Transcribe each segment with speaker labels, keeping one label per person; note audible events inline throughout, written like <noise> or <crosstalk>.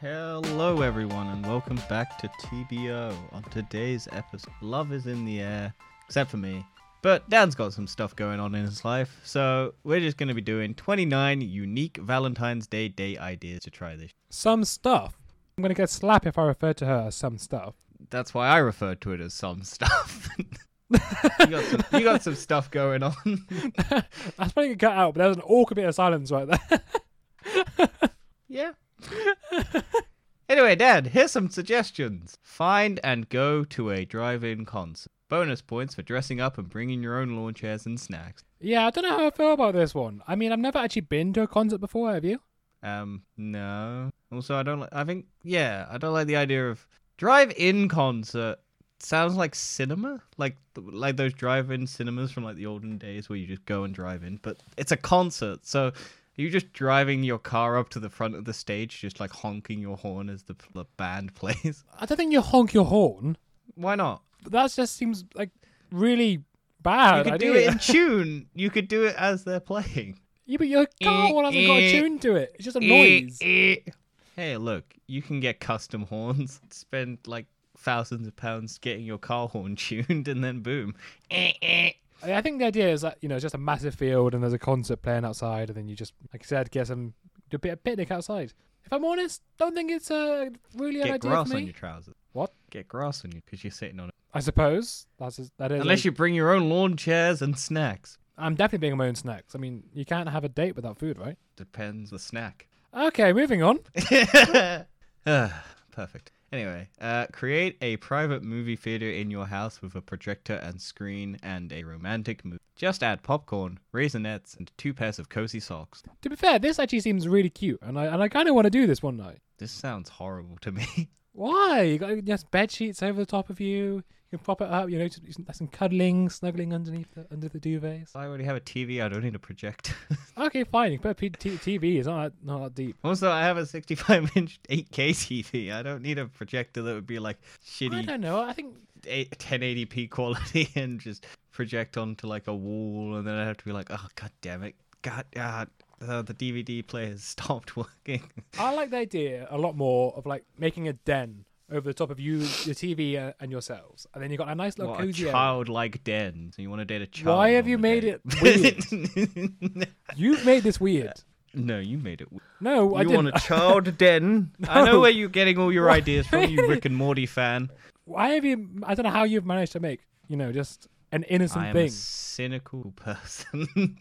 Speaker 1: Hello, everyone, and welcome back to TBO. On today's episode, love is in the air, except for me. But Dan's got some stuff going on in his life, so we're just going to be doing 29 unique Valentine's Day date ideas to try this.
Speaker 2: Some stuff. I'm gonna get slapped if I refer to her as some stuff.
Speaker 1: That's why I referred to it as some stuff. <laughs> you, got some, you got some stuff going on.
Speaker 2: That's probably gonna cut out, but there was an awkward bit of silence right there. <laughs>
Speaker 1: Yeah. anyway, Dad, here's some suggestions. Find and go to a drive-in concert. Bonus points for dressing up and bringing your own lawn chairs and snacks.
Speaker 2: yeah, I don't know how I feel about this one. I mean, I've never actually been to a concert before, have you?
Speaker 1: Um, no. Also, I don't. Li- I think, yeah, I don't like the idea of drive-in concert. Sounds like cinema, like like those drive-in cinemas from like the olden days where you just go and drive in. But it's a concert, so you just driving your car up to the front of the stage, just like honking your horn as the, the band <laughs> plays.
Speaker 2: I don't think you honk your horn.
Speaker 1: Why not?
Speaker 2: But that just seems like really bad.
Speaker 1: You could
Speaker 2: idea.
Speaker 1: do it in tune. You could do it as they're playing.
Speaker 2: <laughs> yeah, but your car horn hasn't got a tune to it. It's just a <laughs> noise.
Speaker 1: Eh, Hey, look, you can get custom horns. Spend like thousands of pounds getting your car horn <laughs> tuned, and then boom. Eh,
Speaker 2: I I think the idea is that you know, it's just a massive field and there's a concert playing outside, and then you just, like I said, get some do a bit of picnic outside. If I'm honest, don't think it's a really an
Speaker 1: Get
Speaker 2: idea
Speaker 1: grass
Speaker 2: for me.
Speaker 1: on your trousers.
Speaker 2: What?
Speaker 1: Get grass on you because you're sitting on it.
Speaker 2: I suppose that's a, that is.
Speaker 1: Unless
Speaker 2: a-
Speaker 1: you bring your own lawn chairs and snacks.
Speaker 2: I'm definitely being my own snacks. I mean, you can't have a date without food, right?
Speaker 1: Depends the snack.
Speaker 2: Okay, moving on.
Speaker 1: Ah, Perfect. Anyway, uh, create a private movie theater in your house with a projector and screen and a romantic movie. Just add popcorn, raisinettes, and two pairs of cozy socks.
Speaker 2: To be fair, this actually seems really cute, and I and I kind of want to do this one night.
Speaker 1: This sounds horrible to me. <laughs>
Speaker 2: Why? You got just bed sheets over the top of you. You can prop it up. You know, just, just some cuddling, snuggling underneath the, under the duvets.
Speaker 1: I already have a TV. I don't need a projector. <laughs>
Speaker 2: Okay, fine. You can put a P- T- TV. It's not that, not that deep.
Speaker 1: also, I have a 65-inch 8K TV. I don't need a projector that would be like
Speaker 2: I
Speaker 1: shitty
Speaker 2: don't know. I think
Speaker 1: eight- 1080p quality <laughs> and just project onto like a wall, and then I have to be like, oh god damn it, god, ah, uh, the DVD player <laughs> has stopped working.
Speaker 2: I like the idea a lot more of like making a den over the top of you, your TV, uh, and yourselves, and then you have got a nice little
Speaker 1: <laughs> What a
Speaker 2: cozy. area.
Speaker 1: childlike den. So you want to date a child?
Speaker 2: Why have
Speaker 1: on
Speaker 2: you
Speaker 1: the
Speaker 2: made
Speaker 1: date.
Speaker 2: it
Speaker 1: <laughs>
Speaker 2: You've made this weird.
Speaker 1: no, you made it.
Speaker 2: No, I
Speaker 1: you
Speaker 2: didn't.
Speaker 1: want <laughs> a child <laughs> den? I know
Speaker 2: No.
Speaker 1: where you're getting all your ideas from, you Rick and Morty <laughs> fan.
Speaker 2: <laughs> Why have you? I don't know how you've managed to make you know just an
Speaker 1: I
Speaker 2: innocent
Speaker 1: am
Speaker 2: thing.
Speaker 1: a cynical <laughs> person.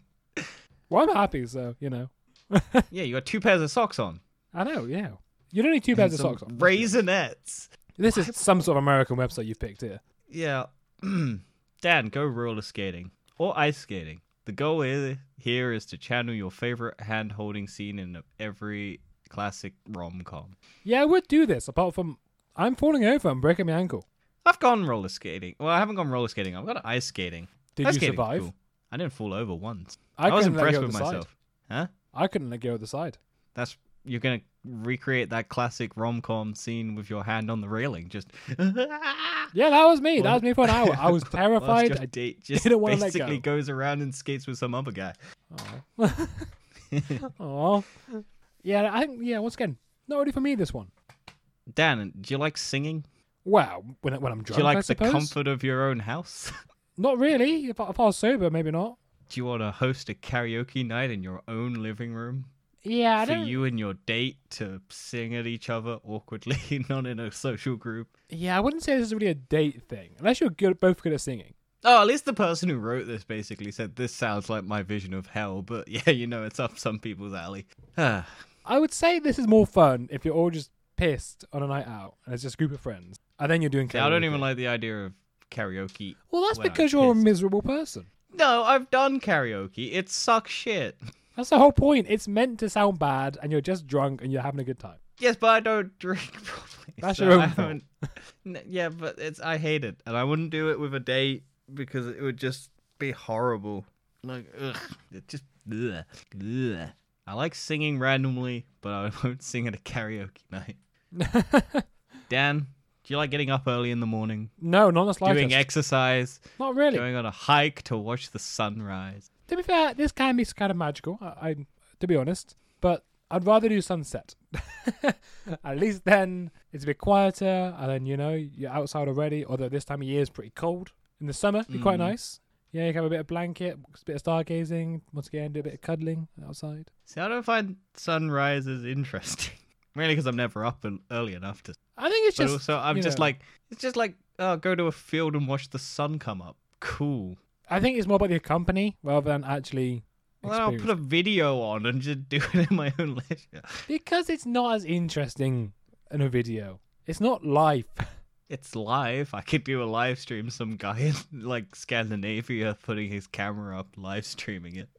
Speaker 2: Well, I'm happy, so you know. <laughs>
Speaker 1: yeah, you got two pairs of socks on.
Speaker 2: I know. Yeah, you don't need two pairs of
Speaker 1: Some
Speaker 2: socks. on.
Speaker 1: Raisinettes.
Speaker 2: This is some sort of American website you've picked here.
Speaker 1: Yeah. <clears throat> Dan, go roller skating or ice skating. The goal i- here is to channel your favorite hand holding scene in every classic rom com.
Speaker 2: Yeah, I would do this. Apart from, I'm falling over and breaking my ankle.
Speaker 1: I've gone roller skating. Well, I haven't gone roller skating. I've gone ice skating.
Speaker 2: Did
Speaker 1: ice
Speaker 2: you
Speaker 1: skating's
Speaker 2: survive?
Speaker 1: cool. I didn't fall over once.
Speaker 2: I,
Speaker 1: was
Speaker 2: couldn't
Speaker 1: impressed
Speaker 2: let go of
Speaker 1: with
Speaker 2: the side.
Speaker 1: myself. Huh?
Speaker 2: I couldn't let go of the side.
Speaker 1: That's you're gonna recreate that classic rom com scene with your hand on the railing. Just <laughs>
Speaker 2: Yeah, that was me. That was me for an hour. I was
Speaker 1: Whilst
Speaker 2: terrified.
Speaker 1: your
Speaker 2: I
Speaker 1: date just
Speaker 2: didn't wanna let
Speaker 1: basically
Speaker 2: go.
Speaker 1: goes around and skates with some other guy.
Speaker 2: <laughs> Aw. Yeah, I think yeah. Once again, not really for me. This one.
Speaker 1: Dan, do you like singing?
Speaker 2: Well, when, I- when I'm drunk,
Speaker 1: Do you
Speaker 2: I
Speaker 1: like the
Speaker 2: suppose.
Speaker 1: comfort of your own house? <laughs>
Speaker 2: Not really. If I, if I was sober, maybe not.
Speaker 1: do you want to host a karaoke night in your own living room
Speaker 2: Yeah, I
Speaker 1: for
Speaker 2: don't.
Speaker 1: you and your date to sing at each other awkwardly, <laughs> not in a social group?
Speaker 2: Yeah, I wouldn't say this is really a date thing, unless you're good, both good at singing.
Speaker 1: Oh, at least the person who wrote this basically said this sounds like my vision of hell, but <laughs> yeah, you know, it's up some people's alley. <sighs> Ah,
Speaker 2: I would say this is more fun if you're all just pissed on a night out and it's just a group of friends, and then you're doing. Karaoke.
Speaker 1: I don't even like the idea of karaoke.
Speaker 2: Well, that's
Speaker 1: when I'm
Speaker 2: because you're a
Speaker 1: pissed.
Speaker 2: miserable person.
Speaker 1: No, I've done karaoke. It sucks shit.
Speaker 2: That's the whole point. It's meant to sound bad, and you're just drunk and you're having a good time.
Speaker 1: Yes, but I don't drink <laughs> properly.
Speaker 2: That's
Speaker 1: so
Speaker 2: your own
Speaker 1: I
Speaker 2: fault.
Speaker 1: haven't- N- Yeah, but it's I hate it, and I wouldn't do it with a date because it would just be horrible. Like, ugh, it just. Ugh, ugh. I like singing randomly, but I <laughs> won't sing at a karaoke
Speaker 2: <laughs>
Speaker 1: night. Dan, do you like getting up early in the morning,
Speaker 2: no, not the slightest.
Speaker 1: doing exercise,
Speaker 2: not really.
Speaker 1: going on a hike to watch the sunrise?
Speaker 2: To be fair, this can be kind of magical. I, I to be honest, but I'd rather do sunset. <laughs> At least then it's a bit quieter, and then you know you're outside already. Although this time of year is pretty cold. In the summer, it'd be quite
Speaker 1: Mm.
Speaker 2: nice. Yeah, you can have a bit of blanket, a bit of stargazing. Once again, do a bit of cuddling outside.
Speaker 1: See, I don't find sunrises interesting. <laughs> Really, because I'm never up and early enough to.
Speaker 2: I think it's
Speaker 1: But
Speaker 2: just
Speaker 1: also, I'm
Speaker 2: you
Speaker 1: just
Speaker 2: know.
Speaker 1: like it's just like oh, go to a field and watch the sun come up. Cool.
Speaker 2: I think it's more about the company rather than actually.
Speaker 1: Well, then I'll
Speaker 2: experience.
Speaker 1: put a video on and just <laughs> do it in my own leisure.
Speaker 2: Because it's not as interesting in a video. It's not life.
Speaker 1: It's live. I could do a live stream. Some guy in like Scandinavia putting his camera up, live streaming it.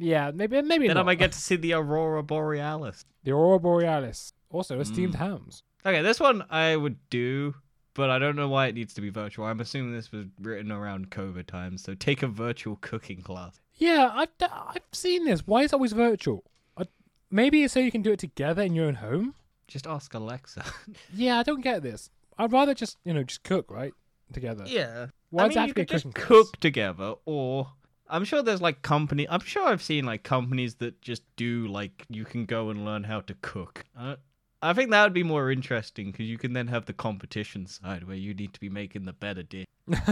Speaker 2: Yeah, maybe maybe
Speaker 1: Then I
Speaker 2: not.
Speaker 1: might get to see the aurora borealis.
Speaker 2: the aurora borealis. Also, esteemed
Speaker 1: Mm.
Speaker 2: hams.
Speaker 1: Okay, this one I would do, but I don't know why it needs to be virtual. I'm assuming this was written around COVID times, so take a virtual cooking class.
Speaker 2: Yeah, I've d- I've seen this. Why is it always virtual? I, maybe it's so you can do it together in your own home.
Speaker 1: Just ask Alexa. <laughs>
Speaker 2: Yeah, I don't get this. I'd rather just you know just cook right together.
Speaker 1: yeah.
Speaker 2: Why
Speaker 1: I
Speaker 2: does
Speaker 1: mean,
Speaker 2: it have
Speaker 1: you
Speaker 2: to be a
Speaker 1: could
Speaker 2: cooking
Speaker 1: just
Speaker 2: class?
Speaker 1: cook together, or I'm sure there's like company. I'm sure I've seen like companies that just do like you can go and learn how to cook. I, I think that would be more interesting because you can then have the competition side where you need to be making the better dish.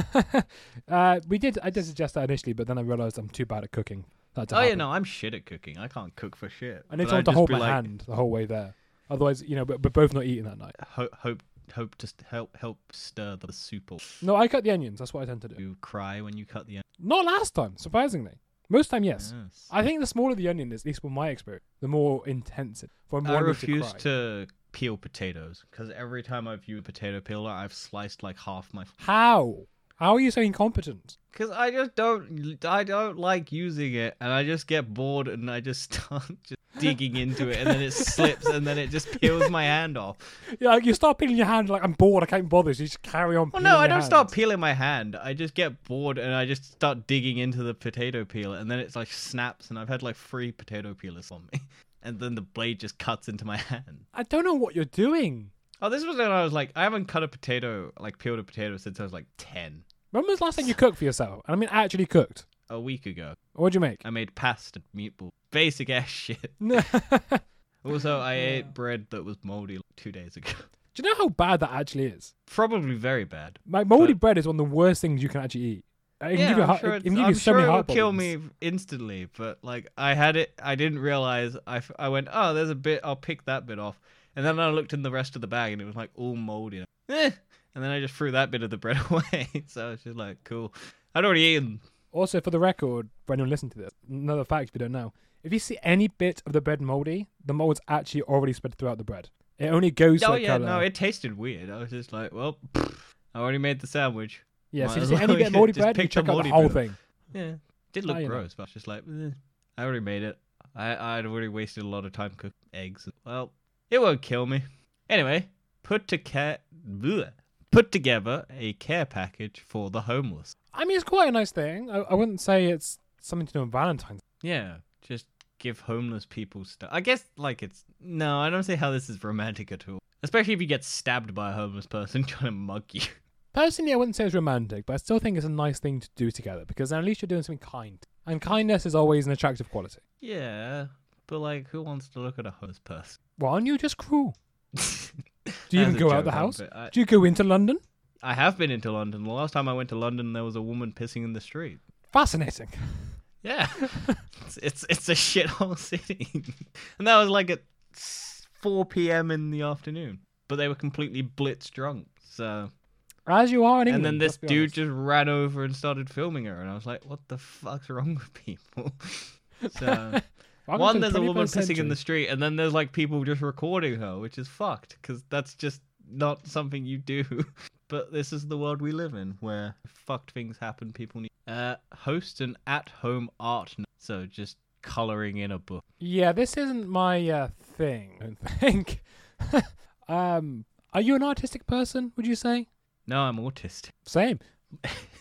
Speaker 2: <laughs> uh, we did. I did suggest that initially, but then I realized I'm too bad at cooking. That to
Speaker 1: Oh yeah,
Speaker 2: happen.
Speaker 1: no, I'm shit at cooking. I can't cook for shit.
Speaker 2: I need
Speaker 1: But
Speaker 2: someone
Speaker 1: I'd
Speaker 2: to
Speaker 1: just
Speaker 2: hold
Speaker 1: be
Speaker 2: my
Speaker 1: like,
Speaker 2: hand the whole way there. Otherwise, you know, but we're both not eating that night.
Speaker 1: hope hope hope to st- help help stir the soup or
Speaker 2: No, I cut the onions. That's what I tend to do.
Speaker 1: you cry when you cut the onion.
Speaker 2: Not last time, surprisingly. Most time, yes.
Speaker 1: Yes.
Speaker 2: I think the smaller the onion is, at least from my experience, the more intense it. For
Speaker 1: I
Speaker 2: more
Speaker 1: refuse
Speaker 2: to, cry.
Speaker 1: to peel potatoes because every time I've used a potato peeler, I've sliced like half my.
Speaker 2: How? How are you so incompetent?
Speaker 1: Because I just don't, I don't like using it, and I just get bored, and I just <laughs> start just digging into it, and
Speaker 2: <laughs>
Speaker 1: then it slips, and then it just peels my hand off.
Speaker 2: Yeah, like, you start peeling your hand like I'm bored. I can't be bothered. So you just carry on.
Speaker 1: Well,
Speaker 2: peeling
Speaker 1: no, I
Speaker 2: your
Speaker 1: don't
Speaker 2: hand.
Speaker 1: start peeling my hand. I just get bored and I just start digging into the potato peeler, and then it's like snaps, and I've had like three potato peelers on me, <laughs> and then the blade just cuts into my <laughs> hand.
Speaker 2: I don't know what you're doing.
Speaker 1: Oh, this was when I was like, I haven't cut a potato, like peeled a potato since I was like ten.
Speaker 2: When was the last time you cooked for yourself? And I mean, actually cooked.
Speaker 1: A week ago,
Speaker 2: What'd you make?
Speaker 1: I made pasta meatball, basic ass <laughs> shit.
Speaker 2: No. <laughs> Do
Speaker 1: Also, I ate bread that was moldy like, two days ago. <laughs>
Speaker 2: you know how bad that actually is?
Speaker 1: Probably very bad.
Speaker 2: Like moldy
Speaker 1: But-
Speaker 2: bread is one of the worst things you can actually eat. It can
Speaker 1: yeah,
Speaker 2: give you,
Speaker 1: I'm
Speaker 2: heart-
Speaker 1: sure,
Speaker 2: it
Speaker 1: it's,
Speaker 2: can give you
Speaker 1: I'm
Speaker 2: so
Speaker 1: sure
Speaker 2: many
Speaker 1: it
Speaker 2: heart
Speaker 1: would kill
Speaker 2: problems.
Speaker 1: me instantly. But like, I had it. I didn't realize. I, f- I went, oh, there's a bit. I'll pick that bit off. And then I looked in the rest of the bag, and it was like all moldy. Eh. And then I just threw that bit of the bread <laughs> away. so I was just like, cool. I'd already eaten.
Speaker 2: Also, for the record, for anyone listening to this, another fact if you don't know, if you see any bit of the bread moldy, the mold's actually already spread throughout the bread. It only goes
Speaker 1: oh
Speaker 2: to the
Speaker 1: yeah,
Speaker 2: color.
Speaker 1: no, it tasted weird. I was just like, well, I already made the sandwich.
Speaker 2: yeah, so
Speaker 1: might
Speaker 2: if
Speaker 1: as <laughs>
Speaker 2: you see any
Speaker 1: well
Speaker 2: bit of moldy
Speaker 1: just
Speaker 2: bread, you
Speaker 1: pick the
Speaker 2: check out the
Speaker 1: moldy
Speaker 2: whole
Speaker 1: bit.
Speaker 2: thing.
Speaker 1: Yeah, did look
Speaker 2: Oh, you know.
Speaker 1: gross, but I was just like, eh, I already made it. I I'd already wasted a lot of time cooking eggs. Well, it won't kill me. Anyway, put to care, bleh, put together a care package for the homeless.
Speaker 2: I mean, it's quite a nice thing. I, I wouldn't say it's something to do on Valentine's.
Speaker 1: Yeah, just give homeless people stuff. I guess like it's no, I don't see how this is romantic at all. Especially if you get stabbed by a homeless person <laughs> trying to mug you.
Speaker 2: Personally, I wouldn't say it's romantic, but I still think it's a nice thing to do together because then at least you're doing something kind. And kindness is always an attractive quality.
Speaker 1: Yeah, but like, who wants to look at a homeless person? <laughs>
Speaker 2: Why aren't you just cruel? Do you
Speaker 1: That's
Speaker 2: even
Speaker 1: a
Speaker 2: go out the
Speaker 1: joke, I'm-
Speaker 2: house?
Speaker 1: but I-
Speaker 2: Do you go into London?
Speaker 1: I have been into London. The last time I went to London, there was a woman pissing in the street.
Speaker 2: Fascinating. <laughs>
Speaker 1: Yeah, it's, it's it's a shithole city, <laughs> and that was like at s- four p.m. in the afternoon. But they were completely blitz drunk. So,
Speaker 2: As you are in
Speaker 1: and
Speaker 2: England.
Speaker 1: then this
Speaker 2: let's be honest.
Speaker 1: dude just ran over and started filming her, and I was like, "What the fuck's wrong with people?" <laughs> So,
Speaker 2: Welcome to
Speaker 1: one,
Speaker 2: the
Speaker 1: there's a woman
Speaker 2: 21st
Speaker 1: pissing in
Speaker 2: century.
Speaker 1: the street, and then there's like people just recording her, which is fucked because that's just not something you do. <laughs> but this is the world we live in, where fucked things happen. People need uh, host an at-home art, n- so just coloring in a book.
Speaker 2: Yeah, this isn't my uh, thing. I don't think. <laughs> um, are you an artistic person? Would you say?
Speaker 1: No, I'm autistic.
Speaker 2: Same.
Speaker 1: <laughs>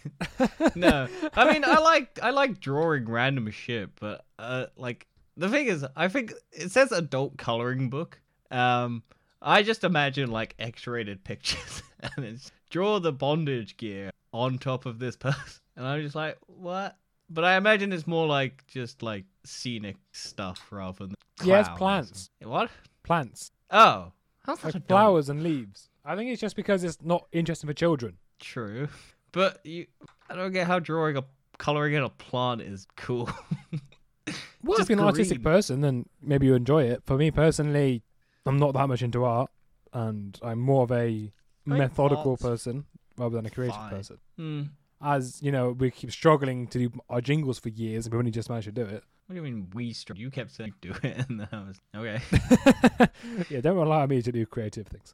Speaker 1: No, I mean I like I like drawing random shit, but uh, like the thing is, I think it says adult coloring book. Um, I just imagine like X-rated pictures, <laughs> and it's draw the bondage gear on top of this person, <laughs> and I'm just like, what? But I imagine it's more like just like scenic stuff rather than
Speaker 2: Yeah, it's
Speaker 1: clown or
Speaker 2: plants.
Speaker 1: something. What?
Speaker 2: <laughs> Plants,
Speaker 1: Oh, that's such a
Speaker 2: like
Speaker 1: dumb-
Speaker 2: flowers and leaves. I think it's just because it's not interesting for children.
Speaker 1: True, but you, I don't get how drawing a coloring in a plant is cool. <laughs>
Speaker 2: Well,
Speaker 1: Just
Speaker 2: if you're an artistic
Speaker 1: green.
Speaker 2: person, then maybe you enjoy it. For me personally, I'm not that much into art, and I'm more of a methodical
Speaker 1: art's
Speaker 2: person rather than a creative
Speaker 1: fine.
Speaker 2: person.
Speaker 1: hmm.
Speaker 2: As you know, we keep struggling to do our jingles for years, and we only just managed to do it.
Speaker 1: What do you mean we str- You kept saying do it, <laughs> and then I was okay.
Speaker 2: <laughs> yeah, don't rely on me to do creative things.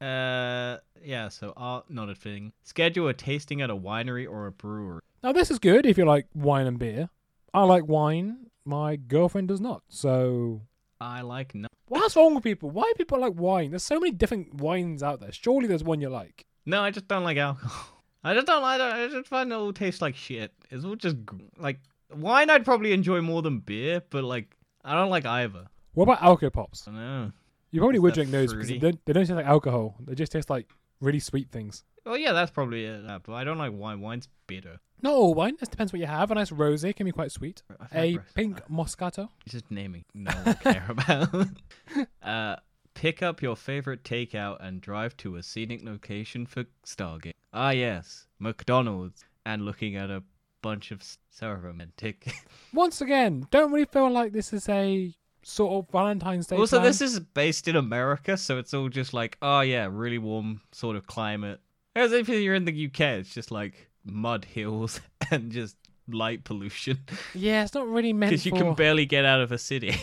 Speaker 1: Uh, yeah. So art, not a thing. Schedule a tasting at a winery or a brewery.
Speaker 2: Now, this is good if you like wine and beer. I like wine. My girlfriend does not. So,
Speaker 1: I like no.
Speaker 2: what's wrong with people? Why people like wine? There's so many different wines out there. Surely there's one you like.
Speaker 1: No, I just don't like alcohol. <laughs> I just don't. I, don't, I just find it all tastes like shit. It's all just gr- like wine. I'd probably enjoy more than beer, but like I don't like either.
Speaker 2: What about Alco Pops?
Speaker 1: I don't know.
Speaker 2: You probably
Speaker 1: Is
Speaker 2: would
Speaker 1: that
Speaker 2: drink those because they
Speaker 1: fruity?
Speaker 2: don't, they don't taste like alcohol. They just taste like really sweet things.
Speaker 1: Well, yeah, that's probably it. uh, But I don't like wine. Wine's bitter.
Speaker 2: Not all wine. This depends what you have. A nice rosé can be quite sweet.
Speaker 1: I feel
Speaker 2: A
Speaker 1: like we're-
Speaker 2: pink Moscato.
Speaker 1: It's just naming. <laughs> No one care about. <laughs> uh, pick up your favorite takeout and drive to a scenic location for stargate. Ah, yes, McDonald's, and looking at a bunch of s- so romantic.
Speaker 2: Once again, don't really feel like this is a sort of Valentine's Day.
Speaker 1: also,
Speaker 2: plan.
Speaker 1: this is based in America, so it's all just like, oh yeah, really warm sort of climate. As if you're in the UK, it's just like mud hills <laughs> and just light pollution
Speaker 2: yeah, it's not really meant
Speaker 1: because you can
Speaker 2: for-
Speaker 1: barely get out of a city. <laughs>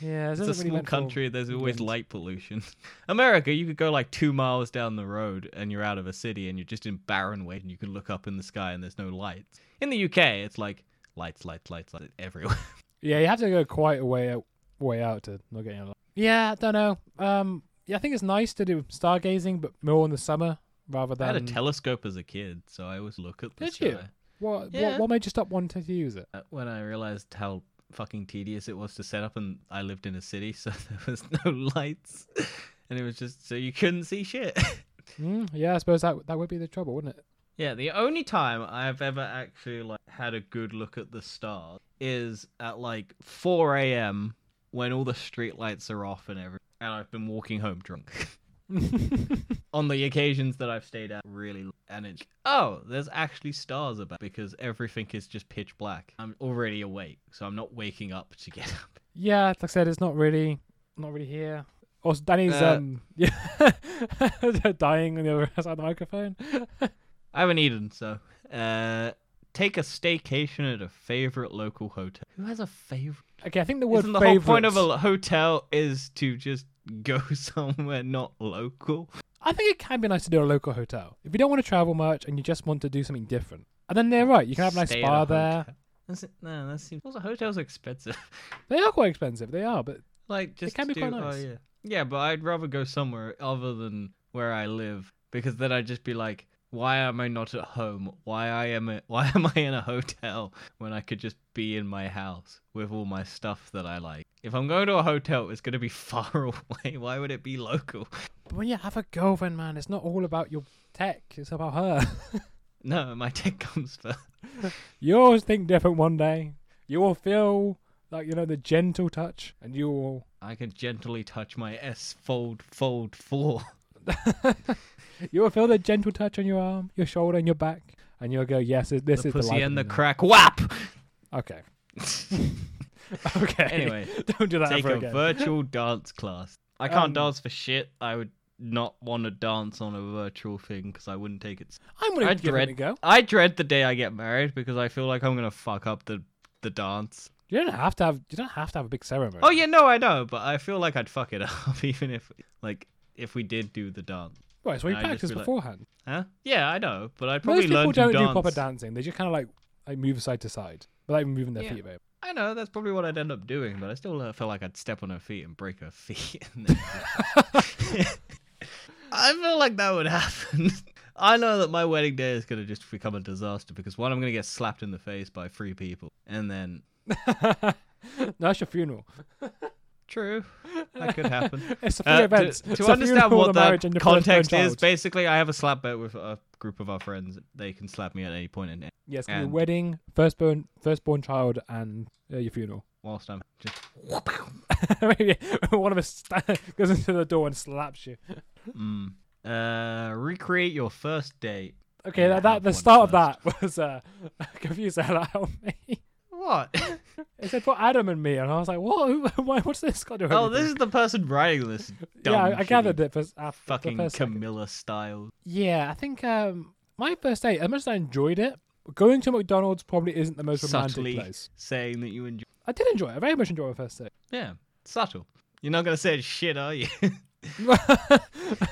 Speaker 2: yeah,
Speaker 1: It's a
Speaker 2: isn't really
Speaker 1: small
Speaker 2: meant for-
Speaker 1: country. There's always
Speaker 2: England.
Speaker 1: light pollution. <laughs> America, you could go like two miles down the road and you're out of a city and you're just in barren waste and you can look up in the sky and there's no lights. In the UK, it's like lights, lights, lights, <laughs> lights everywhere.
Speaker 2: Yeah, you have to go quite a way out, way out to not get any light. Yeah, I don't know. Um, yeah, I think it's nice to do stargazing, but more in the summer rather
Speaker 1: I
Speaker 2: than.
Speaker 1: had a telescope as a kid, so I always look at the
Speaker 2: Did
Speaker 1: sky.
Speaker 2: you? what,
Speaker 1: Yeah.
Speaker 2: what what made you stop wanting to use it?
Speaker 1: Uh, When I realized how fucking tedious it was to set up and I lived in a city, <laughs> so there was no lights. And it was just so you couldn't see shit. <laughs>
Speaker 2: Mm, yeah, I suppose that that would be the trouble, wouldn't it?
Speaker 1: Yeah, the only time I've ever actually like had a good look at the stars is at like 4 a.m. when all the streetlights are off and everything, and I've been walking home drunk. On the occasions that I've stayed at, really, and it's oh, there's actually stars about because everything is just pitch black. I'm already awake, so I'm not waking up to get <laughs> up.
Speaker 2: yeah, like I said, it's not really not really here. Also, Danny's
Speaker 1: Uh,
Speaker 2: um <laughs> yeah dying on the other <laughs> side of the microphone.
Speaker 1: I haven't eaten, so uh, take a staycation at a favorite local hotel. Who has a favorite?
Speaker 2: okay, I think the word
Speaker 1: Isn't the whole point of
Speaker 2: favourites-
Speaker 1: a hotel is to just <laughs> go somewhere not local?
Speaker 2: I think it can be nice to do a local hotel if you don't want to travel much and you just want to do something different. And then they're right. You can have a nice
Speaker 1: Stay at a
Speaker 2: spa there.
Speaker 1: hotel. That's it- no, that seems. Also, hotels are expensive. <laughs>
Speaker 2: They are quite expensive. They are, but
Speaker 1: like just
Speaker 2: can be
Speaker 1: do-
Speaker 2: quite
Speaker 1: oh,
Speaker 2: nice.
Speaker 1: yeah. yeah, but I'd rather go somewhere other than where I live because then I'd just be like, why am I not at home? Why I am a- <laughs> why am I in a hotel when I could just be in my house with all my stuff that I like? If I'm going to a hotel, it's going to be <laughs> far away. Why would it be local? <laughs>
Speaker 2: but when you have a girlfriend, man, it's not all about your tech. It's about her. <laughs>
Speaker 1: No, my tech comes <laughs> first.
Speaker 2: you always think different one day. You will feel like you know the gentle touch, and you will.
Speaker 1: I can gently touch my S Fold Fold
Speaker 2: <laughs>
Speaker 1: 4.
Speaker 2: You will feel the gentle touch on your arm, your shoulder, and your back, and you'll go, "Yes, this is
Speaker 1: the
Speaker 2: the
Speaker 1: pussy
Speaker 2: life
Speaker 1: and the
Speaker 2: of me."
Speaker 1: crack whap! <laughs>
Speaker 2: Okay. <laughs> okay.
Speaker 1: Anyway,
Speaker 2: <laughs> don't do that
Speaker 1: take
Speaker 2: ever
Speaker 1: a
Speaker 2: again.
Speaker 1: virtual dance class. I can't
Speaker 2: Um,
Speaker 1: dance for shit. I would not want to dance on a virtual thing because I wouldn't take it. s-
Speaker 2: I'm
Speaker 1: I
Speaker 2: gonna give it
Speaker 1: dread,
Speaker 2: a go.
Speaker 1: I dread the day I get married because I feel like I'm going to fuck up the, the dance.
Speaker 2: You don't have to have. You don't have to have a big ceremony.
Speaker 1: Oh, yeah, no, I know, but I feel like I'd fuck it <laughs> up even if, like, if we did do the dance.
Speaker 2: Right, so we
Speaker 1: I'd just
Speaker 2: practice
Speaker 1: be like-
Speaker 2: beforehand.
Speaker 1: Huh? Yeah, I know, but I'd probably
Speaker 2: Most
Speaker 1: learn
Speaker 2: people
Speaker 1: to
Speaker 2: don't
Speaker 1: dance.
Speaker 2: do proper dancing. They just kind of like like move side to side without even moving their
Speaker 1: Yeah.
Speaker 2: feet. Babe.
Speaker 1: I know that's probably what I'd end up doing, but I still uh, feel like I'd step on her feet and break her feet. And then... <laughs> I feel like that would happen. <laughs> I know that my wedding day is going to just become a disaster because one, I'm going to get slapped in the face by three people, and then
Speaker 2: <laughs> no, that's your funeral.
Speaker 1: true, that could happen.
Speaker 2: <laughs> It's a few
Speaker 1: Uh, to-
Speaker 2: events.
Speaker 1: to
Speaker 2: It's a
Speaker 1: understand
Speaker 2: funeral,
Speaker 1: what
Speaker 2: the
Speaker 1: that
Speaker 2: marriage, and your
Speaker 1: context
Speaker 2: firstborn
Speaker 1: is,
Speaker 2: child.
Speaker 1: basically, I have a slap bet with a group of our friends. They can slap me at any point in
Speaker 2: yes, your
Speaker 1: and-
Speaker 2: wedding, firstborn, firstborn child, and uh, your funeral. <laughs>
Speaker 1: whilst I'm just.
Speaker 2: Maybe one of us sta- <laughs> goes into the door and slaps you.
Speaker 1: Mm. Uh, recreate your first date.
Speaker 2: Okay,
Speaker 1: Yeah,
Speaker 2: that, that the
Speaker 1: have one
Speaker 2: start of that <laughs> was uh, confused the hell out of me.
Speaker 1: What? <laughs>
Speaker 2: It said for Adam and me, and I was like, "What? <laughs> Who- Why? What's this got to do?" with
Speaker 1: oh, this
Speaker 2: anything?"
Speaker 1: is the person writing this. Dumb
Speaker 2: <laughs> yeah, I, I
Speaker 1: shitty
Speaker 2: gathered it for after the
Speaker 1: Fucking
Speaker 2: first second.
Speaker 1: Camilla Styles.
Speaker 2: Yeah, I think um, my first date, as much as I enjoyed it, going to McDonald's probably isn't the most
Speaker 1: Subtly.
Speaker 2: romantic place.
Speaker 1: saying that you enjoy.
Speaker 2: I did enjoy it. I very much enjoyed my
Speaker 1: <laughs>
Speaker 2: first date.
Speaker 1: Yeah, subtle. You're not gonna say it's shit, are you? <laughs>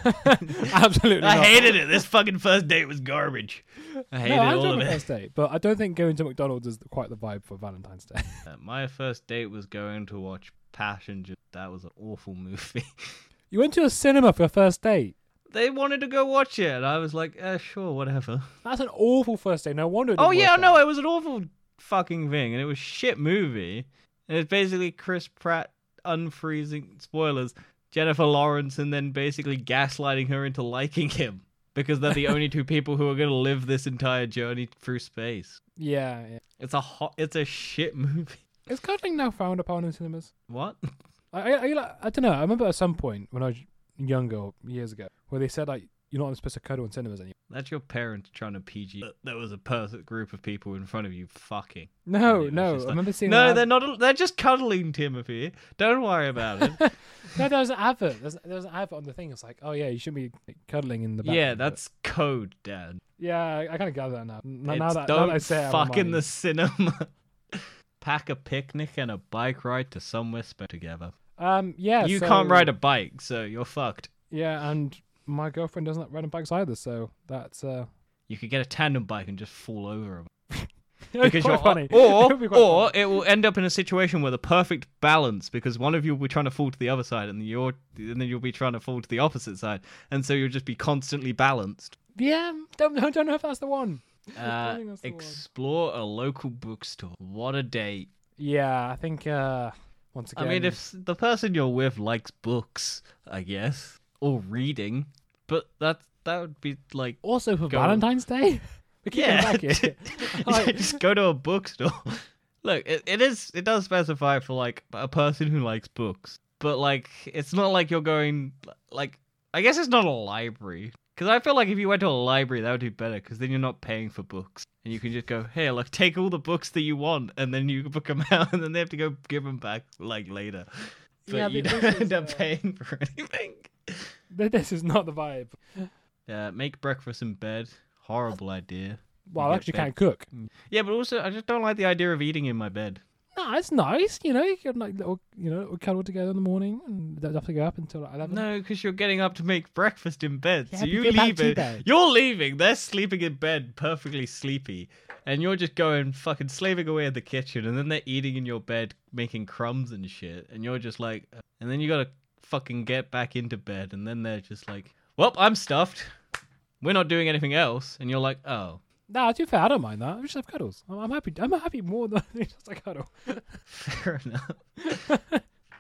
Speaker 2: Absolutely.
Speaker 1: I
Speaker 2: not.
Speaker 1: hated it. This fucking first date was garbage. I hated
Speaker 2: No, I
Speaker 1: all
Speaker 2: enjoyed
Speaker 1: of
Speaker 2: my
Speaker 1: it.
Speaker 2: first date, but I don't think going to McDonald's is quite the vibe for Valentine's Day. <laughs>
Speaker 1: Uh, <laughs> my first date was going to watch Passenger. That was an awful movie. <laughs>
Speaker 2: you went to a cinema for your first date.
Speaker 1: they wanted to go watch it, and I was like, eh, sure, whatever.
Speaker 2: That's an awful first date. No wonder. It didn't
Speaker 1: Oh yeah,
Speaker 2: work
Speaker 1: no,
Speaker 2: out.
Speaker 1: it was an awful fucking thing, and it was shit movie. And it's basically Chris Pratt unfreezing spoilers Jennifer Lawrence, and then basically gaslighting her into liking him because they're the only two people who are gonna live this entire journey through space.
Speaker 2: Yeah, yeah.
Speaker 1: It's a hot. It's a shit movie. <laughs>
Speaker 2: Is cuddling now frowned upon in cinemas?
Speaker 1: What?
Speaker 2: I, I, I, like- I don't know. I remember at some point when I was younger, years ago, where they said like you're not supposed to cuddle in cinemas anymore.
Speaker 1: That's your parents trying to PG. There was a perfect group of people in front of you fucking.
Speaker 2: No,
Speaker 1: Yeah, it's
Speaker 2: no.
Speaker 1: just
Speaker 2: I
Speaker 1: like-
Speaker 2: remember seeing.
Speaker 1: No,
Speaker 2: an
Speaker 1: they're not. They're just cuddling Timothy. Don't worry about it.
Speaker 2: ad- no. There was an advert. There's, there was an advert on the thing. It's like, oh yeah, you shouldn't be cuddling in the. Bathroom,
Speaker 1: yeah,
Speaker 2: but-
Speaker 1: that's code, Dad.
Speaker 2: Yeah, I, I kind of gather that now. N- Now,
Speaker 1: It's
Speaker 2: that, now
Speaker 1: don't
Speaker 2: that I say it, I'm
Speaker 1: fuck in the
Speaker 2: reminded.
Speaker 1: cinema. <laughs> Pack a picnic and a bike ride to somewhere spent together.
Speaker 2: Um, yeah.
Speaker 1: you
Speaker 2: so-
Speaker 1: can't ride a bike, so you're fucked.
Speaker 2: Yeah, and my girlfriend doesn't like riding bikes either, so that's uh. <laughs>
Speaker 1: You could get a tandem bike and just fall over. 'em.
Speaker 2: it'd be
Speaker 1: because
Speaker 2: quite
Speaker 1: you're
Speaker 2: funny.
Speaker 1: or
Speaker 2: <laughs> It'd be quite
Speaker 1: or
Speaker 2: funny.
Speaker 1: it will end up in a situation where the perfect balance because one of you will be trying to fall to the other side and you're and then you'll be trying to fall to the opposite side and so you'll just be constantly
Speaker 2: <laughs>
Speaker 1: balanced.
Speaker 2: yeah, um, don't I don't know if that's the one. I
Speaker 1: Uh,
Speaker 2: think that's the one.
Speaker 1: explore a local bookstore. What a date!
Speaker 2: Yeah, I think uh once
Speaker 1: I
Speaker 2: again.
Speaker 1: mean, if s- the person you're with likes books, I guess, or reading, but that that would be like
Speaker 2: also for
Speaker 1: Go.
Speaker 2: Valentine's Day. <laughs> We keep
Speaker 1: Yeah.
Speaker 2: going back
Speaker 1: <laughs>
Speaker 2: here. <laughs>
Speaker 1: Yeah,
Speaker 2: Like-
Speaker 1: just go to a bookstore. <laughs> Look, it, it is it does specify for like a person who likes books, but like it's not like you're going like I guess it's not a library because I feel like if you went to a library that would be better because then you're not paying for books and you can just go here look <laughs> take all the books that you want and then you book them <laughs> out and then they have to go give them back like later, but
Speaker 2: Yeah,
Speaker 1: you <laughs>
Speaker 2: but
Speaker 1: don't
Speaker 2: this
Speaker 1: end
Speaker 2: is,
Speaker 1: up
Speaker 2: uh,
Speaker 1: paying for <laughs> anything.
Speaker 2: Th- this is not the vibe.
Speaker 1: Uh, make breakfast in bed. Horrible idea.
Speaker 2: Well,
Speaker 1: You
Speaker 2: I
Speaker 1: get
Speaker 2: actually
Speaker 1: bed.
Speaker 2: can't cook.
Speaker 1: Yeah, but also I just don't like the idea of eating in my bed.
Speaker 2: No, it's nice. You know, you can like little, you know, little cuddle together in the morning, and don't have to go up until like eleven.
Speaker 1: No, because you're getting up to make <laughs> breakfast in bed.
Speaker 2: Yeah,
Speaker 1: so
Speaker 2: but
Speaker 1: you
Speaker 2: get back
Speaker 1: leave
Speaker 2: to
Speaker 1: it.
Speaker 2: bed.
Speaker 1: You're leaving. They're sleeping in bed, perfectly sleepy, and you're just going fucking slaving away in the kitchen, and then they're eating in your bed, making crumbs and shit, and you're just like, and then you gotta fucking get back into bed, and then they're just like, well, I'm stuffed. We're not doing anything else, and you're like, oh,
Speaker 2: Nah, to be fair, I don't mind that. I just have cuddles. I'm, I'm happy. I'm happy more than <laughs> just a cuddle.
Speaker 1: fair enough.
Speaker 2: <laughs>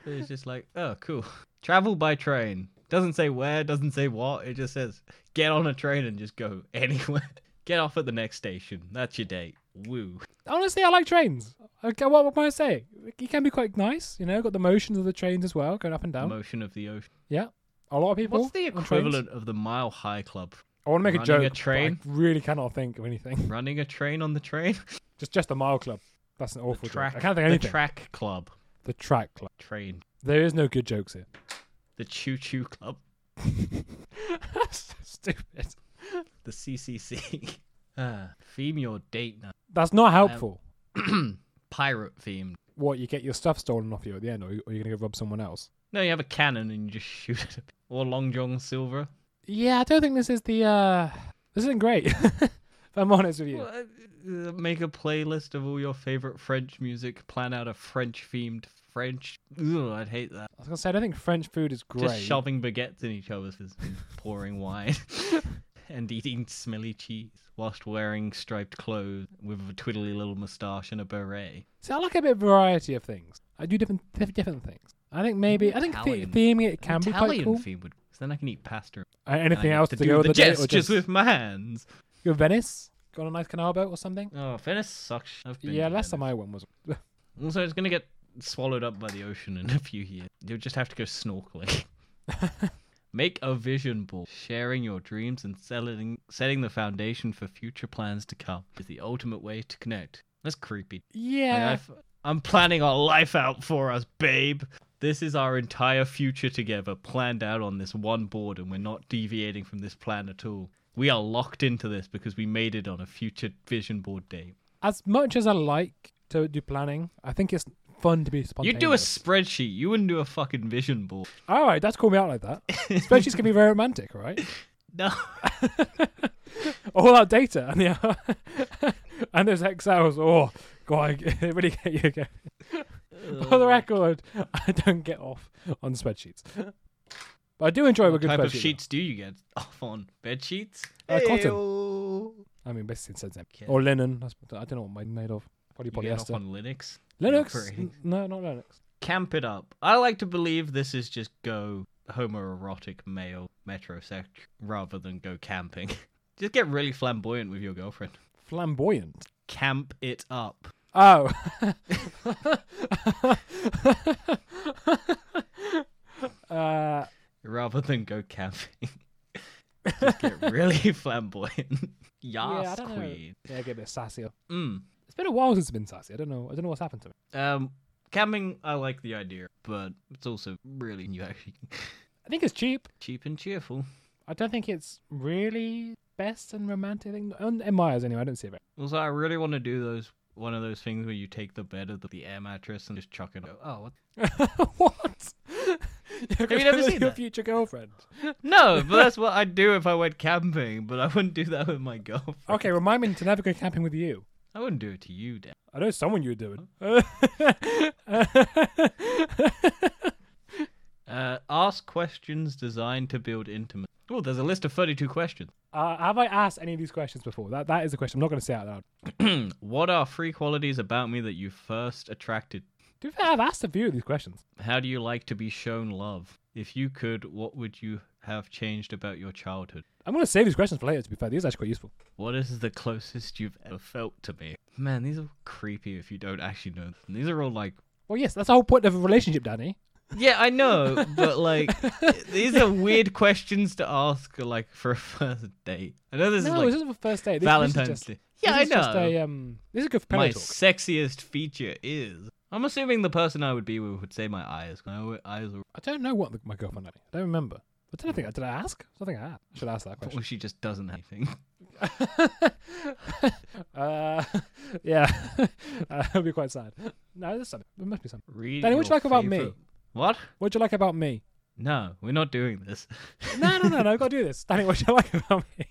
Speaker 1: it's just like, oh, cool. Travel by train. Doesn't say where, doesn't say what. It just says get on a train and just go <laughs> anywhere. Get off at the next station. That's your date. Woo.
Speaker 2: Honestly, I like trains. Okay, what, what can I say? It can be quite nice. You know, got the motions of the trains as well, going up and down.
Speaker 1: Motion of the ocean.
Speaker 2: yeah, a lot of Oh. people.
Speaker 1: What's the
Speaker 2: on trains.
Speaker 1: equivalent of the Mile High Club?
Speaker 2: I want to make a
Speaker 1: running
Speaker 2: joke.
Speaker 1: a
Speaker 2: but
Speaker 1: train?
Speaker 2: I really cannot think of anything. <laughs>
Speaker 1: Running a train on the train?
Speaker 2: Just, just the mile club. That's an awful
Speaker 1: Track.
Speaker 2: joke. I can't think of
Speaker 1: the
Speaker 2: anything.
Speaker 1: track club.
Speaker 2: the track club.
Speaker 1: Train.
Speaker 2: There is no good jokes here.
Speaker 1: The choo choo club.
Speaker 2: <laughs> That's so stupid.
Speaker 1: The CCC. <laughs> ah, theme your date now.
Speaker 2: That's not
Speaker 1: Um,
Speaker 2: helpful.
Speaker 1: <clears throat> Pirate themed.
Speaker 2: What you get your stuff stolen off you at the end, or, you- or you're gonna go rob someone else?
Speaker 1: No, you have a cannon and you just <laughs> shoot at it. Or Long John Silver.
Speaker 2: Yeah, I don't think this is the. uh This isn't great. <laughs> if I'm honest with you.
Speaker 1: Well, uh, uh, Make a playlist of all your favorite French music. Plan out a French themed French. Ugh, I'd hate that.
Speaker 2: I was gonna say I don't think French food is great.
Speaker 1: Just shoving baguettes in each other's faces and <laughs> pouring wine and eating smelly cheese whilst wearing striped clothes with a twiddly little moustache and a beret.
Speaker 2: See, I like a bit of variety of things. I do different diff- different things. I think maybe I think the-
Speaker 1: Italian.
Speaker 2: theming it can be
Speaker 1: Italian
Speaker 2: quite cool.
Speaker 1: theme would. 'cause Then I can eat pasta.
Speaker 2: Uh, anything
Speaker 1: I
Speaker 2: else
Speaker 1: get
Speaker 2: to,
Speaker 1: to
Speaker 2: go
Speaker 1: do
Speaker 2: with
Speaker 1: the
Speaker 2: the date, or
Speaker 1: gestures
Speaker 2: just
Speaker 1: with my hands.
Speaker 2: go Venice, go on a nice canal boat or something.
Speaker 1: Oh, Venice sucks. I've been
Speaker 2: yeah,
Speaker 1: to Venice.
Speaker 2: last time I went was <laughs>
Speaker 1: Also, it's gonna get swallowed up by the ocean in a few years. You'll just have to go snorkeling. Make a vision board, sharing your dreams and selling, setting the foundation for future plans to come is the ultimate way to connect. That's creepy. Like,
Speaker 2: Yeah.
Speaker 1: I've- I'm planning our life out for us, babe. This is our entire future together, planned out on this one board, and we're not deviating from this plan at all. We are locked into this because we made it on a future vision board day.
Speaker 2: as much as I like to do planning, I think it's fun to be
Speaker 1: You
Speaker 2: spontaneous.
Speaker 1: do a spreadsheet, you wouldn't do a fucking vision board.
Speaker 2: All right, that's called me out
Speaker 1: <laughs>
Speaker 2: like that. Spreadsheets can be very romantic, right?
Speaker 1: No.
Speaker 2: All that data <laughs> and the and those X hours. Oh, <laughs> God, I really get you again. <laughs> For
Speaker 1: Uh.
Speaker 2: the record, <laughs> I don't get off on spreadsheets, but I do enjoy a
Speaker 1: what
Speaker 2: good
Speaker 1: type
Speaker 2: spreadsheet.
Speaker 1: of sheets do you get <laughs> off on? Bed sheets?
Speaker 2: Uh, cotton.
Speaker 1: Ayo.
Speaker 2: though. I mean, basically, since then.
Speaker 1: Okay.
Speaker 2: or linen. That's, I don't know what mine made of. Probably
Speaker 1: You get off
Speaker 2: polyester.
Speaker 1: on Linux?
Speaker 2: Linux?
Speaker 1: operating.
Speaker 2: N- No, not Linux.
Speaker 1: camp it up. I like to believe this is just go homoerotic male metrosex rather than go camping. <laughs> just get really flamboyant with your girlfriend.
Speaker 2: Flamboyant.
Speaker 1: Camp it up.
Speaker 2: Oh. <laughs> uh,
Speaker 1: Rather than go camping. <laughs> just
Speaker 2: <laughs>
Speaker 1: get really flamboyant. <laughs>
Speaker 2: I
Speaker 1: Yas
Speaker 2: don't know.
Speaker 1: queen.
Speaker 2: yeah, get a bit sassier.
Speaker 1: Mm.
Speaker 2: It's been a while since I've been sassy. I don't know. I don't know what's happened to me.
Speaker 1: Um camping I like the idea, but it's also really you actually
Speaker 2: I think it's cheap.
Speaker 1: cheap and cheerful.
Speaker 2: I don't think it's really best and romantic thing. On- In my eyes, anyway, I don't see it. <laughs> very-
Speaker 1: Also I really want to do those one of those things where you take the bed of the, the air mattress and just chuck it. Go, oh, what? <laughs>
Speaker 2: what? Have
Speaker 1: you never seen
Speaker 2: your
Speaker 1: that?
Speaker 2: future girlfriend?
Speaker 1: No, but <laughs> that's what I'd do if I went camping, but I wouldn't do that with my girlfriend.
Speaker 2: Okay, remind me to never go camping with you.
Speaker 1: I wouldn't do it to you, Dad.
Speaker 2: I know someone you were doing.
Speaker 1: <laughs> Uh, ask questions designed to build intimacy. Oh, there's a list of 32 questions.
Speaker 2: uh, have I asked any of these questions before? That that is a question. I'm not going to say out loud.
Speaker 1: what are three qualities about me that you first attracted?
Speaker 2: To be fair, I've asked a few of these questions.
Speaker 1: How do you like to be shown love? If you could, what would you have changed about your childhood?
Speaker 2: I'm going to save these questions for later. To be fair, these are actually quite useful.
Speaker 1: What is the closest you've ever felt to me? Man, these are creepy if you don't actually know. Them. These are all like
Speaker 2: Well, yes, that's the whole point of a relationship, Danny.
Speaker 1: Yeah, I <laughs> know, but like, these are <laughs> weird questions to ask, like for a first date. I know this is
Speaker 2: no, this
Speaker 1: like
Speaker 2: isn't the first date. This,
Speaker 1: Valentine's
Speaker 2: this is just,
Speaker 1: Day.
Speaker 2: this
Speaker 1: Yeah, I
Speaker 2: is Just
Speaker 1: know.
Speaker 2: a, um, this is good for pillow
Speaker 1: My
Speaker 2: talk.
Speaker 1: sexiest feature is. I'm assuming the person I would be with would say my eyes. 'cause My eyes are.
Speaker 2: I don't know what the, my girlfriend had. I don't remember. I don't think. Did I ask? I don't think I asked. I should ask that
Speaker 1: Well, she just doesn't have anything.
Speaker 2: question. <laughs> uh, yeah, <laughs> uh, that'd be quite sad. No, there's something. There must be
Speaker 1: <laughs>
Speaker 2: something.
Speaker 1: Read
Speaker 2: Danny, what do you
Speaker 1: your
Speaker 2: like about me?
Speaker 1: favorite- What?
Speaker 2: What'd you like about me?
Speaker 1: No, we're not doing
Speaker 2: <laughs>
Speaker 1: this.
Speaker 2: No, no, no, no. I've got to do this. Danny, what'd you like about me?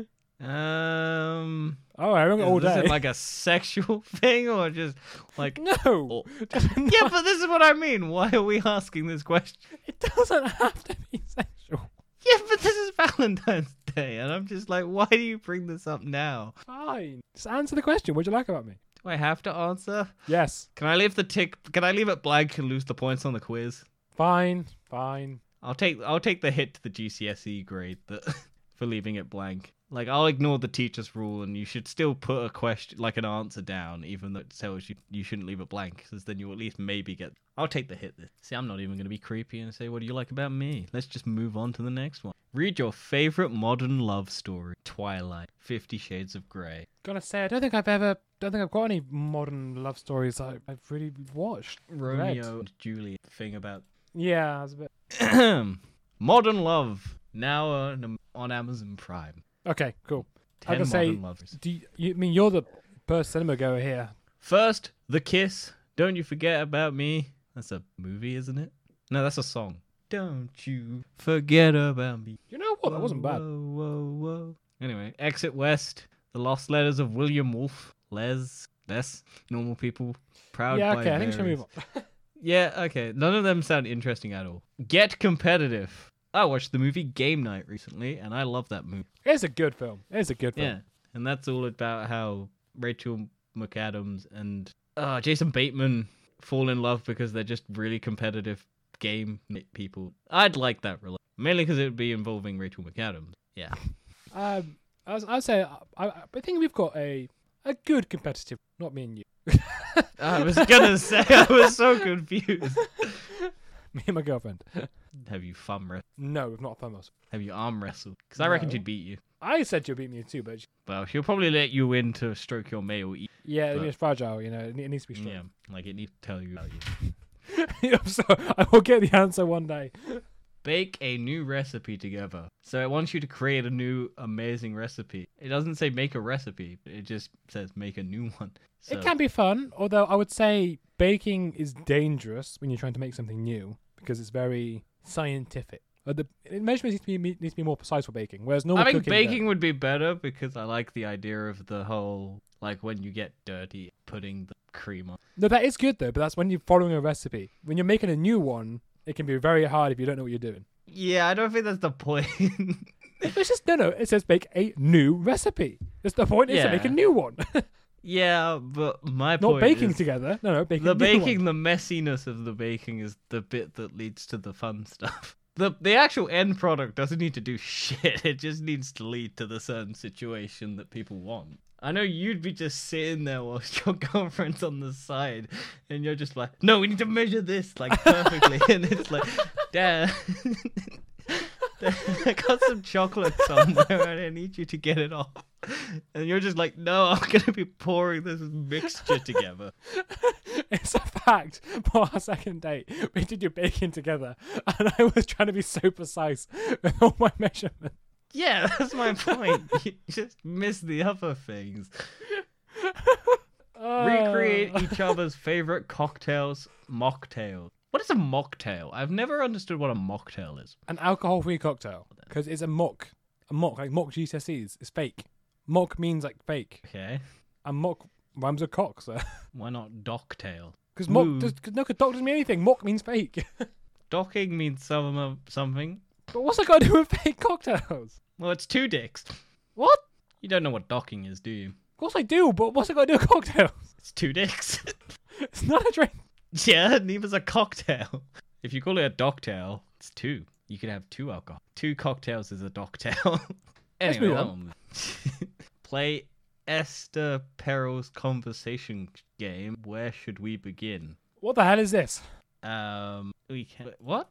Speaker 2: <laughs>
Speaker 1: Um.
Speaker 2: All right, I'm all
Speaker 1: is
Speaker 2: day.
Speaker 1: it like a sexual <laughs> thing or just like?
Speaker 2: <laughs> no, <laughs>
Speaker 1: Oh. yeah, but this is what I mean. Why are we asking this question?
Speaker 2: it doesn't have to be sexual.
Speaker 1: Yeah, but this is Valentine's Day, and I'm just like, why do you bring this up now?
Speaker 2: Fine. Just answer the question. What'd you like about me?
Speaker 1: Do I have to answer?
Speaker 2: Yes.
Speaker 1: Can I leave the tick? Can I leave it blank and lose the points on the quiz?
Speaker 2: Fine. Fine.
Speaker 1: I'll take I'll take the hit to the GCSE E grade that <laughs> for leaving it blank. Like I'll ignore the teacher's rule, and you should still put a question like an answer down, even though it tells you you shouldn't leave it blank, because then you'll at least maybe get. I'll take the hit. This. See, I'm not even going to be creepy and say, "What do you like about me?" Let's just move on to the next one. Read your favorite modern love story: Twilight, Fifty Shades of Grey.
Speaker 2: Gonna say I don't think I've ever. Don't think I've got any modern love stories I, I've really watched.
Speaker 1: Romeo and Juliet thing about <clears throat>
Speaker 2: Yeah, I was a bit.
Speaker 1: modern love now on, on Amazon Prime.
Speaker 2: Okay, cool. I
Speaker 1: Ten
Speaker 2: was gonna
Speaker 1: modern
Speaker 2: say,
Speaker 1: lovers.
Speaker 2: do you, you I mean you're the first cinema goer here?
Speaker 1: First, the kiss. Don't you forget about me. That's a movie, isn't it? No, that's a song. Don't you forget about me.
Speaker 2: You know what? Oh, That wasn't
Speaker 1: Whoa,
Speaker 2: bad.
Speaker 1: Whoa, whoa, whoa. Anyway, Exit West, The Lost Letters of William Wolfe, Les, Les, Normal People, Proud
Speaker 2: Yeah,
Speaker 1: by
Speaker 2: okay. I think we should
Speaker 1: Berries.
Speaker 2: move on.
Speaker 1: Yeah, okay. None of them sound interesting at all. Get competitive. I watched the movie Game Night recently, and I love that movie.
Speaker 2: It's a good film. It's a good film.
Speaker 1: Yeah, and that's all about how Rachel McAdams and uh, Jason Bateman fall in love because they're just really competitive game ni- people. I'd like that rela- mainly because it would be involving Rachel McAdams. Yeah,
Speaker 2: Um, I was, I'd say I, I I think we've got a a good competitive. Not me and you. <laughs>
Speaker 1: I was gonna <laughs> say I was so confused.
Speaker 2: Me and my girlfriend.
Speaker 1: Have you thumb wrestled?
Speaker 2: No, we've not Thanos.
Speaker 1: Have you arm wrestled? Because I reckon
Speaker 2: No.
Speaker 1: she'd beat you.
Speaker 2: I said you'll beat me too, but she-
Speaker 1: Well, she'll probably let you in to stroke your male. e-
Speaker 2: yeah, I mean,
Speaker 1: But-
Speaker 2: it's fragile. You know, it ne- it needs to be strong.
Speaker 1: Yeah, like it needs to tell you about you.
Speaker 2: <laughs> so I will get the answer one day.
Speaker 1: Bake a new recipe together. So it wants you to create a new amazing recipe. It doesn't say make a recipe. It just says make a new <laughs> one. So,
Speaker 2: It can be fun, although I would say baking is dangerous when you're trying to make something new because it's very scientific. Uh, the it- measurements need to be need to be more precise for baking, whereas normal
Speaker 1: I think
Speaker 2: cooking, they're-
Speaker 1: baking would be better because I like the idea of the whole like when you get dirty putting the cream on.
Speaker 2: No, that is good though, but that's when you're following a recipe. When you're making a new one, it can be very hard if you don't know what
Speaker 1: <laughs>
Speaker 2: you're doing.
Speaker 1: Yeah, I don't think that's the point. <laughs>
Speaker 2: It's just no, no. It says make a new recipe. That's the point. Is to make a
Speaker 1: Yeah.
Speaker 2: new one, <laughs>
Speaker 1: yeah, but my
Speaker 2: not
Speaker 1: point
Speaker 2: baking
Speaker 1: is
Speaker 2: together. No, no, baking.
Speaker 1: the baking, the messiness of the baking is the bit that leads to the fun <laughs> stuff. The the actual end product doesn't need to do shit. It just needs to lead to the certain situation that people want. I know you'd be just sitting there whilst <laughs> your girlfriend's on the side, and you're just like, "No, we need to measure this like perfectly," <laughs> and it's like, "Dad, <laughs> I got some chocolate somewhere, and I need you to get it off." And you're just like, "No, I'm gonna be pouring this mixture together."
Speaker 2: <laughs> It's a fact. For our second date, we did your baking together, and I was trying to be so precise with all my measurements.
Speaker 1: Yeah, <laughs> that's my point. <laughs> you just miss the other things. Recreate
Speaker 2: Uh,
Speaker 1: each other's favorite cocktails, mocktails. What is a mocktail? I've never understood what a mocktail is.
Speaker 2: <laughs> an alcohol-free cocktail because it's a mock, a mock like mock GCSEs. It's fake. Mock means like fake,
Speaker 1: Okay.
Speaker 2: and mock rhymes with cock. So <laughs>
Speaker 1: Why not docktail?
Speaker 2: because mock
Speaker 1: Ooh.
Speaker 2: does, cause, no, because doc doesn't mean anything. Mock means fake. <laughs>
Speaker 1: Docking means some of something.
Speaker 2: but what's that got to do with fake cocktails?
Speaker 1: Well, it's two dicks.
Speaker 2: What?
Speaker 1: You don't know what docking is, do you?
Speaker 2: Of course I do, but what's it got to do with cocktails? <laughs>
Speaker 1: It's two dicks. <laughs>
Speaker 2: It's not a drink.
Speaker 1: yeah, neither's a cocktail. <laughs> If you call it a docktail, it's two. You could have two alcohol. Two cocktails is a <laughs> docktail.
Speaker 2: Let's
Speaker 1: anyway,
Speaker 2: move
Speaker 1: that
Speaker 2: on.
Speaker 1: one. <laughs> Play Esther Perel's conversation game. Where should we begin?
Speaker 2: What the hell is this?
Speaker 1: Um, we can. What?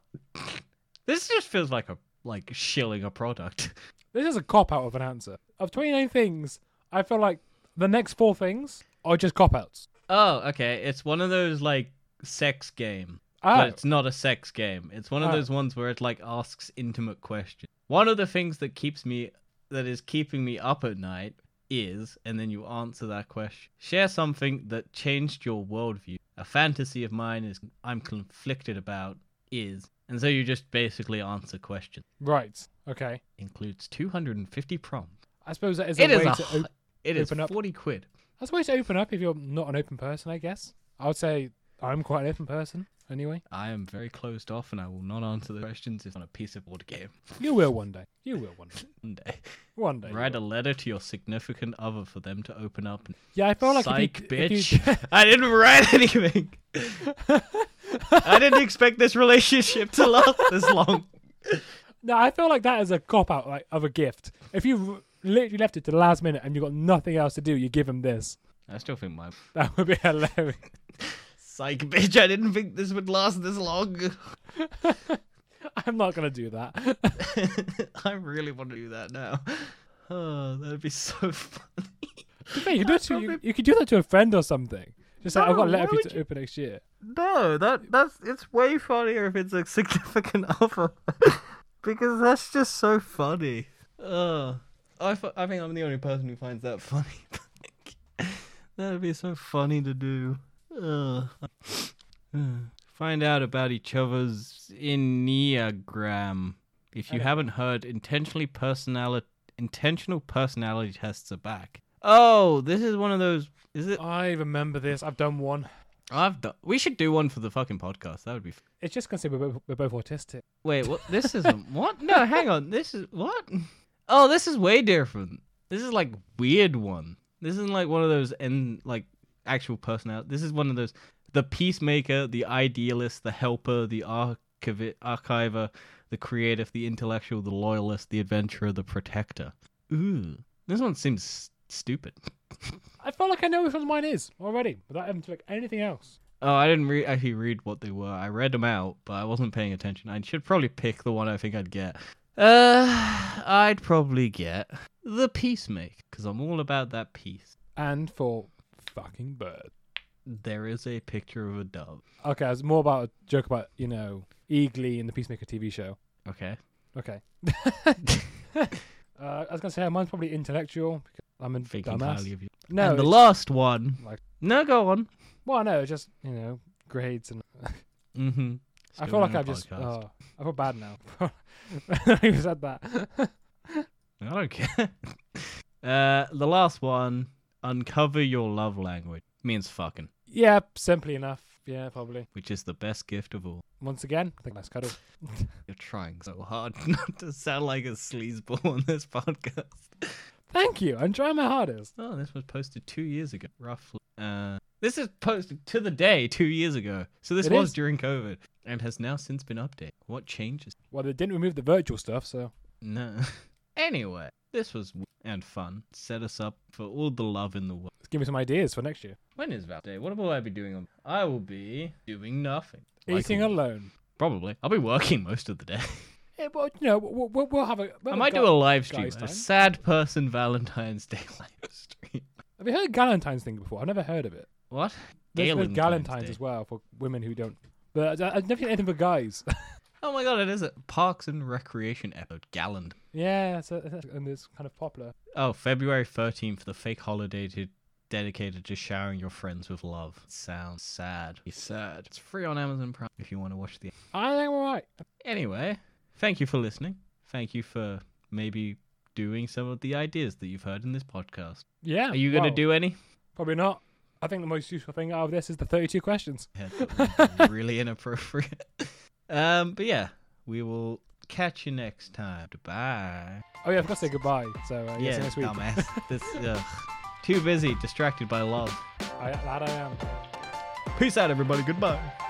Speaker 1: <laughs> this just feels like a like shilling a product. <laughs>
Speaker 2: This is a cop out of an answer. Of 29 things, I feel like the next four things are just cop outs.
Speaker 1: Oh, okay. It's one of those like sex game.
Speaker 2: Oh,
Speaker 1: but it's not a sex game. It's one of
Speaker 2: Oh.
Speaker 1: those ones where it like asks intimate questions. One of the things that keeps me that is keeping me up at night is, and then you answer that question. Share something that changed your worldview. A fantasy of mine is I'm conflicted about is, and so you just basically answer questions.
Speaker 2: right. Okay.
Speaker 1: Includes 250 prompts.
Speaker 2: I suppose that is a
Speaker 1: It is
Speaker 2: way
Speaker 1: a,
Speaker 2: to.
Speaker 1: hu-
Speaker 2: Op-
Speaker 1: it is
Speaker 2: open up-
Speaker 1: 40 quid.
Speaker 2: that's a way to open up if you're not an open person, I guess. I would say I'm quite an open person anyway.
Speaker 1: I am very closed off, and I will not answer the questions if on a piece of board game
Speaker 2: You will one day. You will one day.
Speaker 1: one day.
Speaker 2: One day. you
Speaker 1: Write
Speaker 2: will.
Speaker 1: a letter to your significant other for them to open up.
Speaker 2: Yeah, I feel like
Speaker 1: Psych,
Speaker 2: if you,
Speaker 1: bitch.
Speaker 2: If you, <laughs>
Speaker 1: I didn't write anything. I didn't expect this relationship to last this long.
Speaker 2: No, I feel like that is a cop out like, of a gift. If you r- literally left it to the last minute and you've got nothing else to do, you give him this.
Speaker 1: I still think my
Speaker 2: That would be <laughs> hilarious.
Speaker 1: psych bitch. I didn't think this would last this long. <laughs>
Speaker 2: I'm not going to do that. <laughs>
Speaker 1: I really want to do that now. <sighs> Oh, that'd be so <laughs> fun.
Speaker 2: Yeah, you, could do it to, you,
Speaker 1: probably-
Speaker 2: you could do that to a friend or something. Just like, I've got
Speaker 1: No,
Speaker 2: a letter
Speaker 1: why
Speaker 2: for you
Speaker 1: would
Speaker 2: to open next year.
Speaker 1: No, that that's it's way funnier if it's a significant <laughs> other, because that's just so funny. Uh, I, f- I think I'm the only person who finds that funny. <laughs> That'd be so funny to do. Ugh. Find out about each other's enneagram. If you
Speaker 2: Okay.
Speaker 1: haven't heard, intentionally personality intentional personality tests are back. Oh, this is one of those. Is it?
Speaker 2: I remember this. I've done one.
Speaker 1: I've done. We should do one for the fucking podcast. That would be.
Speaker 2: It's just going to say we're both, we're both autistic.
Speaker 1: Wait, what? This isn't what? No, hang on. This is what? Oh, this is way different. This is like weird one. This isn't like one of those and like actual personality. This is one of those the peacemaker, the idealist, the helper, the archivi- archiver, the creative, the intellectual, the loyalist, the adventurer, the protector. Ooh, this one seems s- stupid.
Speaker 2: I felt like I know which one mine is already without having to look anything else.
Speaker 1: Oh, I didn't re- actually read what they were. I read them out, but I wasn't paying attention. I should probably pick the one I think I'd get. Uh, I'd probably get the Peacemaker because I'm all about that peace.
Speaker 2: And for fucking bird.
Speaker 1: There is a picture of a dove.
Speaker 2: Okay, it's more about a joke about you know Eagly in the Peacemaker TV show.
Speaker 1: Okay.
Speaker 2: Okay. <laughs> Uh, I was gonna say mine's probably intellectual because I'm a
Speaker 1: Thinking highly
Speaker 2: dumbass.
Speaker 1: of you.
Speaker 2: No,
Speaker 1: and the
Speaker 2: it's-
Speaker 1: last one.
Speaker 2: like-
Speaker 1: No, go on.
Speaker 2: well, no, it's just you know grades and
Speaker 1: Mm-hmm.
Speaker 2: I feel like I've just uh, I feel bad now. <laughs> I said that. <laughs>
Speaker 1: I don't care. <laughs> uh, the last one. Uncover your love language means fucking,
Speaker 2: yeah, simply enough. Yeah, probably.
Speaker 1: which is the best gift of all.
Speaker 2: Once again, I think that's cuddle.
Speaker 1: You're trying so hard <laughs> not to sound like a sleazeball on this podcast. <laughs>
Speaker 2: Thank you. I'm trying my hardest.
Speaker 1: Oh, this was posted two years ago, roughly. Uh, this is posted to the day two years ago. So this
Speaker 2: It
Speaker 1: was
Speaker 2: is.
Speaker 1: during COVID and has now since been updated. What changes?
Speaker 2: Well, they didn't remove the virtual stuff, so
Speaker 1: No. <laughs> anyway, this was w- and fun. Set us up for all the love in the world.
Speaker 2: give me some ideas for next year.
Speaker 1: When is Valentine's Day? What will I be doing? On- I will be doing nothing. Like
Speaker 2: Eating
Speaker 1: a-
Speaker 2: alone.
Speaker 1: Probably. I'll be working most of the day.
Speaker 2: Yeah, but you know, we'll, we'll, we'll have a. We'll
Speaker 1: I
Speaker 2: have
Speaker 1: might
Speaker 2: gal-
Speaker 1: do a live stream.
Speaker 2: guys
Speaker 1: A
Speaker 2: time.
Speaker 1: sad person Valentine's Day <laughs> live stream.
Speaker 2: Have you heard of Galentine's thing before? I've never heard of it.
Speaker 1: What?
Speaker 2: There's, there's
Speaker 1: Galentine's
Speaker 2: Galentine's
Speaker 1: Day.
Speaker 2: as well for women who don't. But I- I've never seen anything for guys. <laughs>
Speaker 1: Oh my god, it is a Parks and Recreation episode. Gallant.
Speaker 2: yeah, so and it's kind of popular.
Speaker 1: Oh, February 13th, the fake holiday to dedicated to showering your friends with love. sounds sad. It's sad. It's free on Amazon Prime if you want to watch the.
Speaker 2: I think we're right.
Speaker 1: Anyway, thank you for listening. Thank you for maybe doing some of the ideas that you've heard in this podcast.
Speaker 2: Yeah.
Speaker 1: Are you going to
Speaker 2: well,
Speaker 1: do any?
Speaker 2: Probably not. I think the most useful thing out of this is the 32 questions.
Speaker 1: Yeah, that would be really inappropriate. <laughs> um, but yeah, we will catch you next time. Bye.
Speaker 2: Oh yeah, I've got to say goodbye. So uh, yeah,
Speaker 1: Yeah,
Speaker 2: see you next week.
Speaker 1: dumbass.
Speaker 2: <laughs>
Speaker 1: this, ugh. Too busy, distracted by love.
Speaker 2: I, that I am.
Speaker 1: Peace out, everybody. Goodbye.